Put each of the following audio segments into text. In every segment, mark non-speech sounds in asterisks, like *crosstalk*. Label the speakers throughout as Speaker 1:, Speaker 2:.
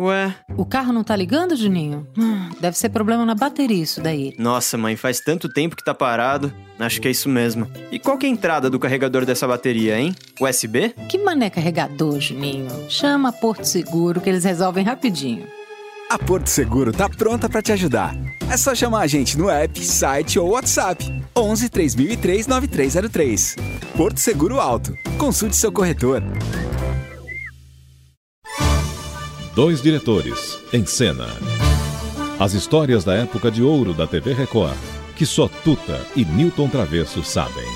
Speaker 1: Ué,
Speaker 2: O carro não tá ligando, Juninho? Ah, Deve ser problema na bateria isso daí.
Speaker 1: nossa mãe, faz tanto tempo que tá parado. Acho que é isso mesmo. E qual que é a entrada do carregador dessa bateria, hein? USB?
Speaker 2: Que mané carregador, Juninho? Chama Porto Seguro que eles resolvem rapidinho.
Speaker 3: A Porto Seguro tá pronta para te ajudar. É só chamar a gente no app, site ou WhatsApp. 11 3003 9303. Porto Seguro Alto. Consulte seu corretor.
Speaker 4: Dois diretores em cena. As histórias da época de ouro da TV Record, que só Tuta e Newton Travesso sabem.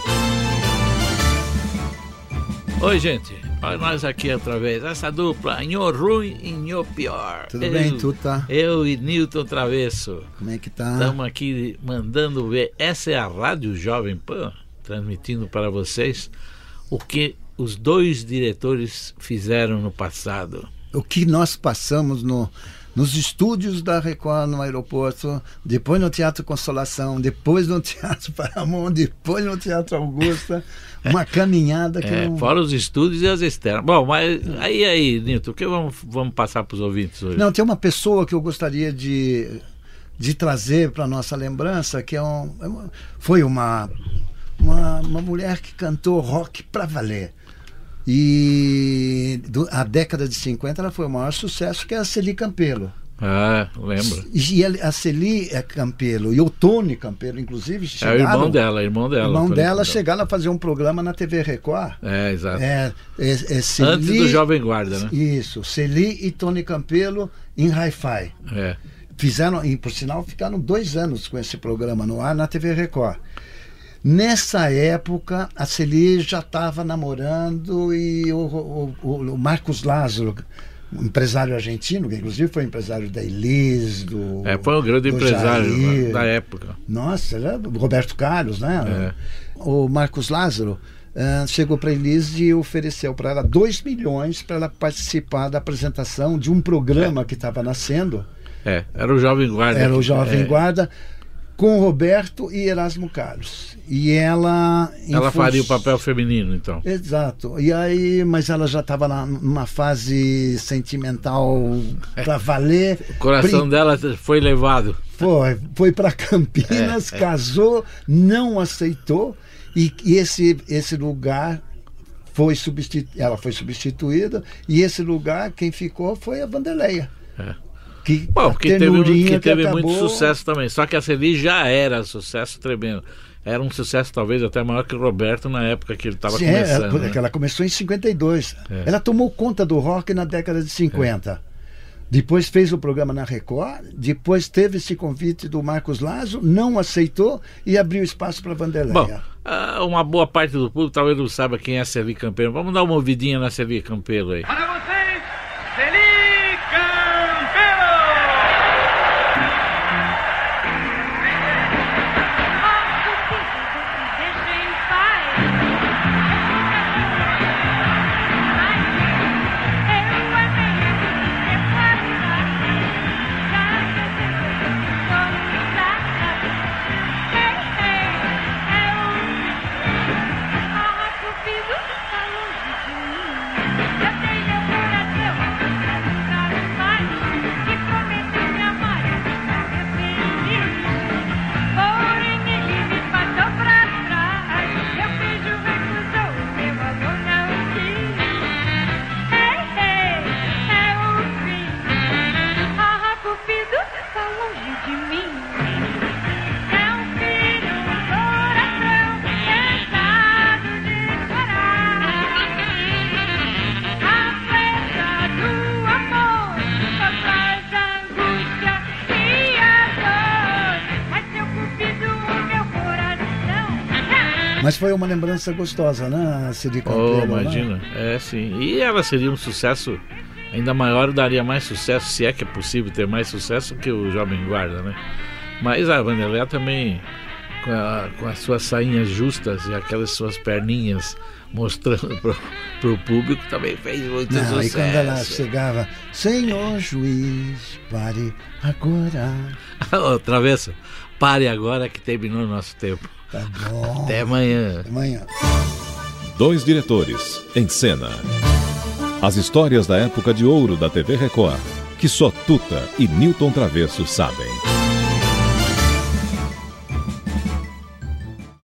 Speaker 5: Oi, gente. Olha nós aqui outra vez. Essa dupla, Nho Ruim e Nho Pior.
Speaker 6: Tudo
Speaker 5: Eu-
Speaker 6: bem, Tuta?
Speaker 5: Eu e Newton Travesso.
Speaker 6: Como é que tá?
Speaker 5: Estamos aqui mandando ver. Essa é a Rádio Jovem Pan, transmitindo para vocês o que os dois diretores fizeram no passado.
Speaker 6: O que nós passamos no, nos estúdios da Record no aeroporto, depois no Teatro Consolação, depois no Teatro *laughs* Paramount, depois no Teatro Augusta, uma caminhada que
Speaker 5: É,
Speaker 6: não...
Speaker 5: fora os estúdios e as externas. Bom, mas aí, aí, Nilton, o que vamos, vamos passar para os ouvintes hoje?
Speaker 6: Não, tem uma pessoa que eu gostaria de, de trazer para nossa lembrança, que é um, é uma- foi uma, uma, uma mulher que cantou rock pra valer. E do- a década de 50 ela foi o maior sucesso, que é a Celi Campelo.
Speaker 5: Ah, lembro.
Speaker 6: E ele- a Celi é Campelo e o Tony Campelo, inclusive,
Speaker 5: É o
Speaker 6: chegaram,
Speaker 5: irmão dela, irmão dela.
Speaker 6: irmão
Speaker 5: Antônio
Speaker 6: dela,
Speaker 5: Campelo.
Speaker 6: chegaram a fazer um programa na TV Record.
Speaker 5: É, exato.
Speaker 6: É, é, é Celi,
Speaker 5: Antes do Jovem Guarda, né?
Speaker 6: Isso, Celi e Tony Campelo em Hi-Fi.
Speaker 5: É.
Speaker 6: Fizeram, e por sinal, ficaram dois anos com esse programa no ar na TV Record. Nessa época, a Celi já estava namorando e o, o- o- o Marcos Lázaro, um empresário argentino, que inclusive foi empresário da Elis, do.
Speaker 5: É, foi um grande
Speaker 6: do
Speaker 5: empresário
Speaker 6: Jair.
Speaker 5: né, da época.
Speaker 6: Nossa, era do Roberto Carlos, né?
Speaker 5: É.
Speaker 6: O Marcos Lázaro eh, chegou para Elis e ofereceu para ela 2 milhões para ela participar da apresentação de um programa que estava nascendo.
Speaker 5: É, era o Jovem Guarda.
Speaker 6: Era o Jovem
Speaker 5: É.
Speaker 6: Guarda com Roberto e Erasmo Carlos. E ela. em
Speaker 5: Ela
Speaker 6: fun-
Speaker 5: faria o papel feminino, então.
Speaker 6: Exato. E aí, mas ela já estava numa fase sentimental para valer.
Speaker 5: *laughs* O coração dela foi levado. É,
Speaker 6: Foi, foi para Campinas, casou, não aceitou e, e esse esse lugar foi substitu... ela foi substituída e esse lugar quem ficou foi a Vanderleia. Que
Speaker 5: É. Bom,
Speaker 6: a
Speaker 5: porque teve, um-
Speaker 6: ternurinha
Speaker 5: que teve
Speaker 6: acabou-
Speaker 5: muito sucesso também. Só que a Celie já era sucesso tremendo. Era um sucesso talvez até maior que o Roberto na época que ele estava
Speaker 6: Sim, é,
Speaker 5: começando.
Speaker 6: ela,
Speaker 5: né?
Speaker 6: porque ela começou em 52.
Speaker 5: É.
Speaker 6: Ela tomou conta do rock na década de 50. Depois fez o programa na Record, depois teve esse convite do Marcos Lazo, não aceitou e abriu espaço para Vanderleia.
Speaker 5: Bom, ah, uma boa parte do público talvez não saiba quem é a Celie Campelo. Vamos dar uma ouvidinha na Celie Campelo aí.
Speaker 7: Para vocês, Feliz Campeiro!
Speaker 6: Mas foi uma lembrança gostosa, né, Cid
Speaker 5: Oh,
Speaker 6: Campelo? né?
Speaker 5: imagina. É, sim. E ela seria um sucesso ainda maior daria mais sucesso, se é que é possível ter mais sucesso que o Jovem Guarda, né? Mas a Vanderléia também, com, a- com as suas sainhas justas e aquelas suas perninhas mostrando *laughs* pro, pro público, também fez muito
Speaker 8: Não,
Speaker 5: sucesso.
Speaker 8: e quando ela chegava, senhor juiz, pare agora.
Speaker 5: *laughs* Ô, Travessa, pare agora que terminou o nosso tempo.
Speaker 8: Tá bom.
Speaker 5: Até amanhã. Até
Speaker 8: amanhã.
Speaker 9: Dois diretores em cena. As histórias da época de ouro da TV Record, que só Tuta e Newton Travesso sabem.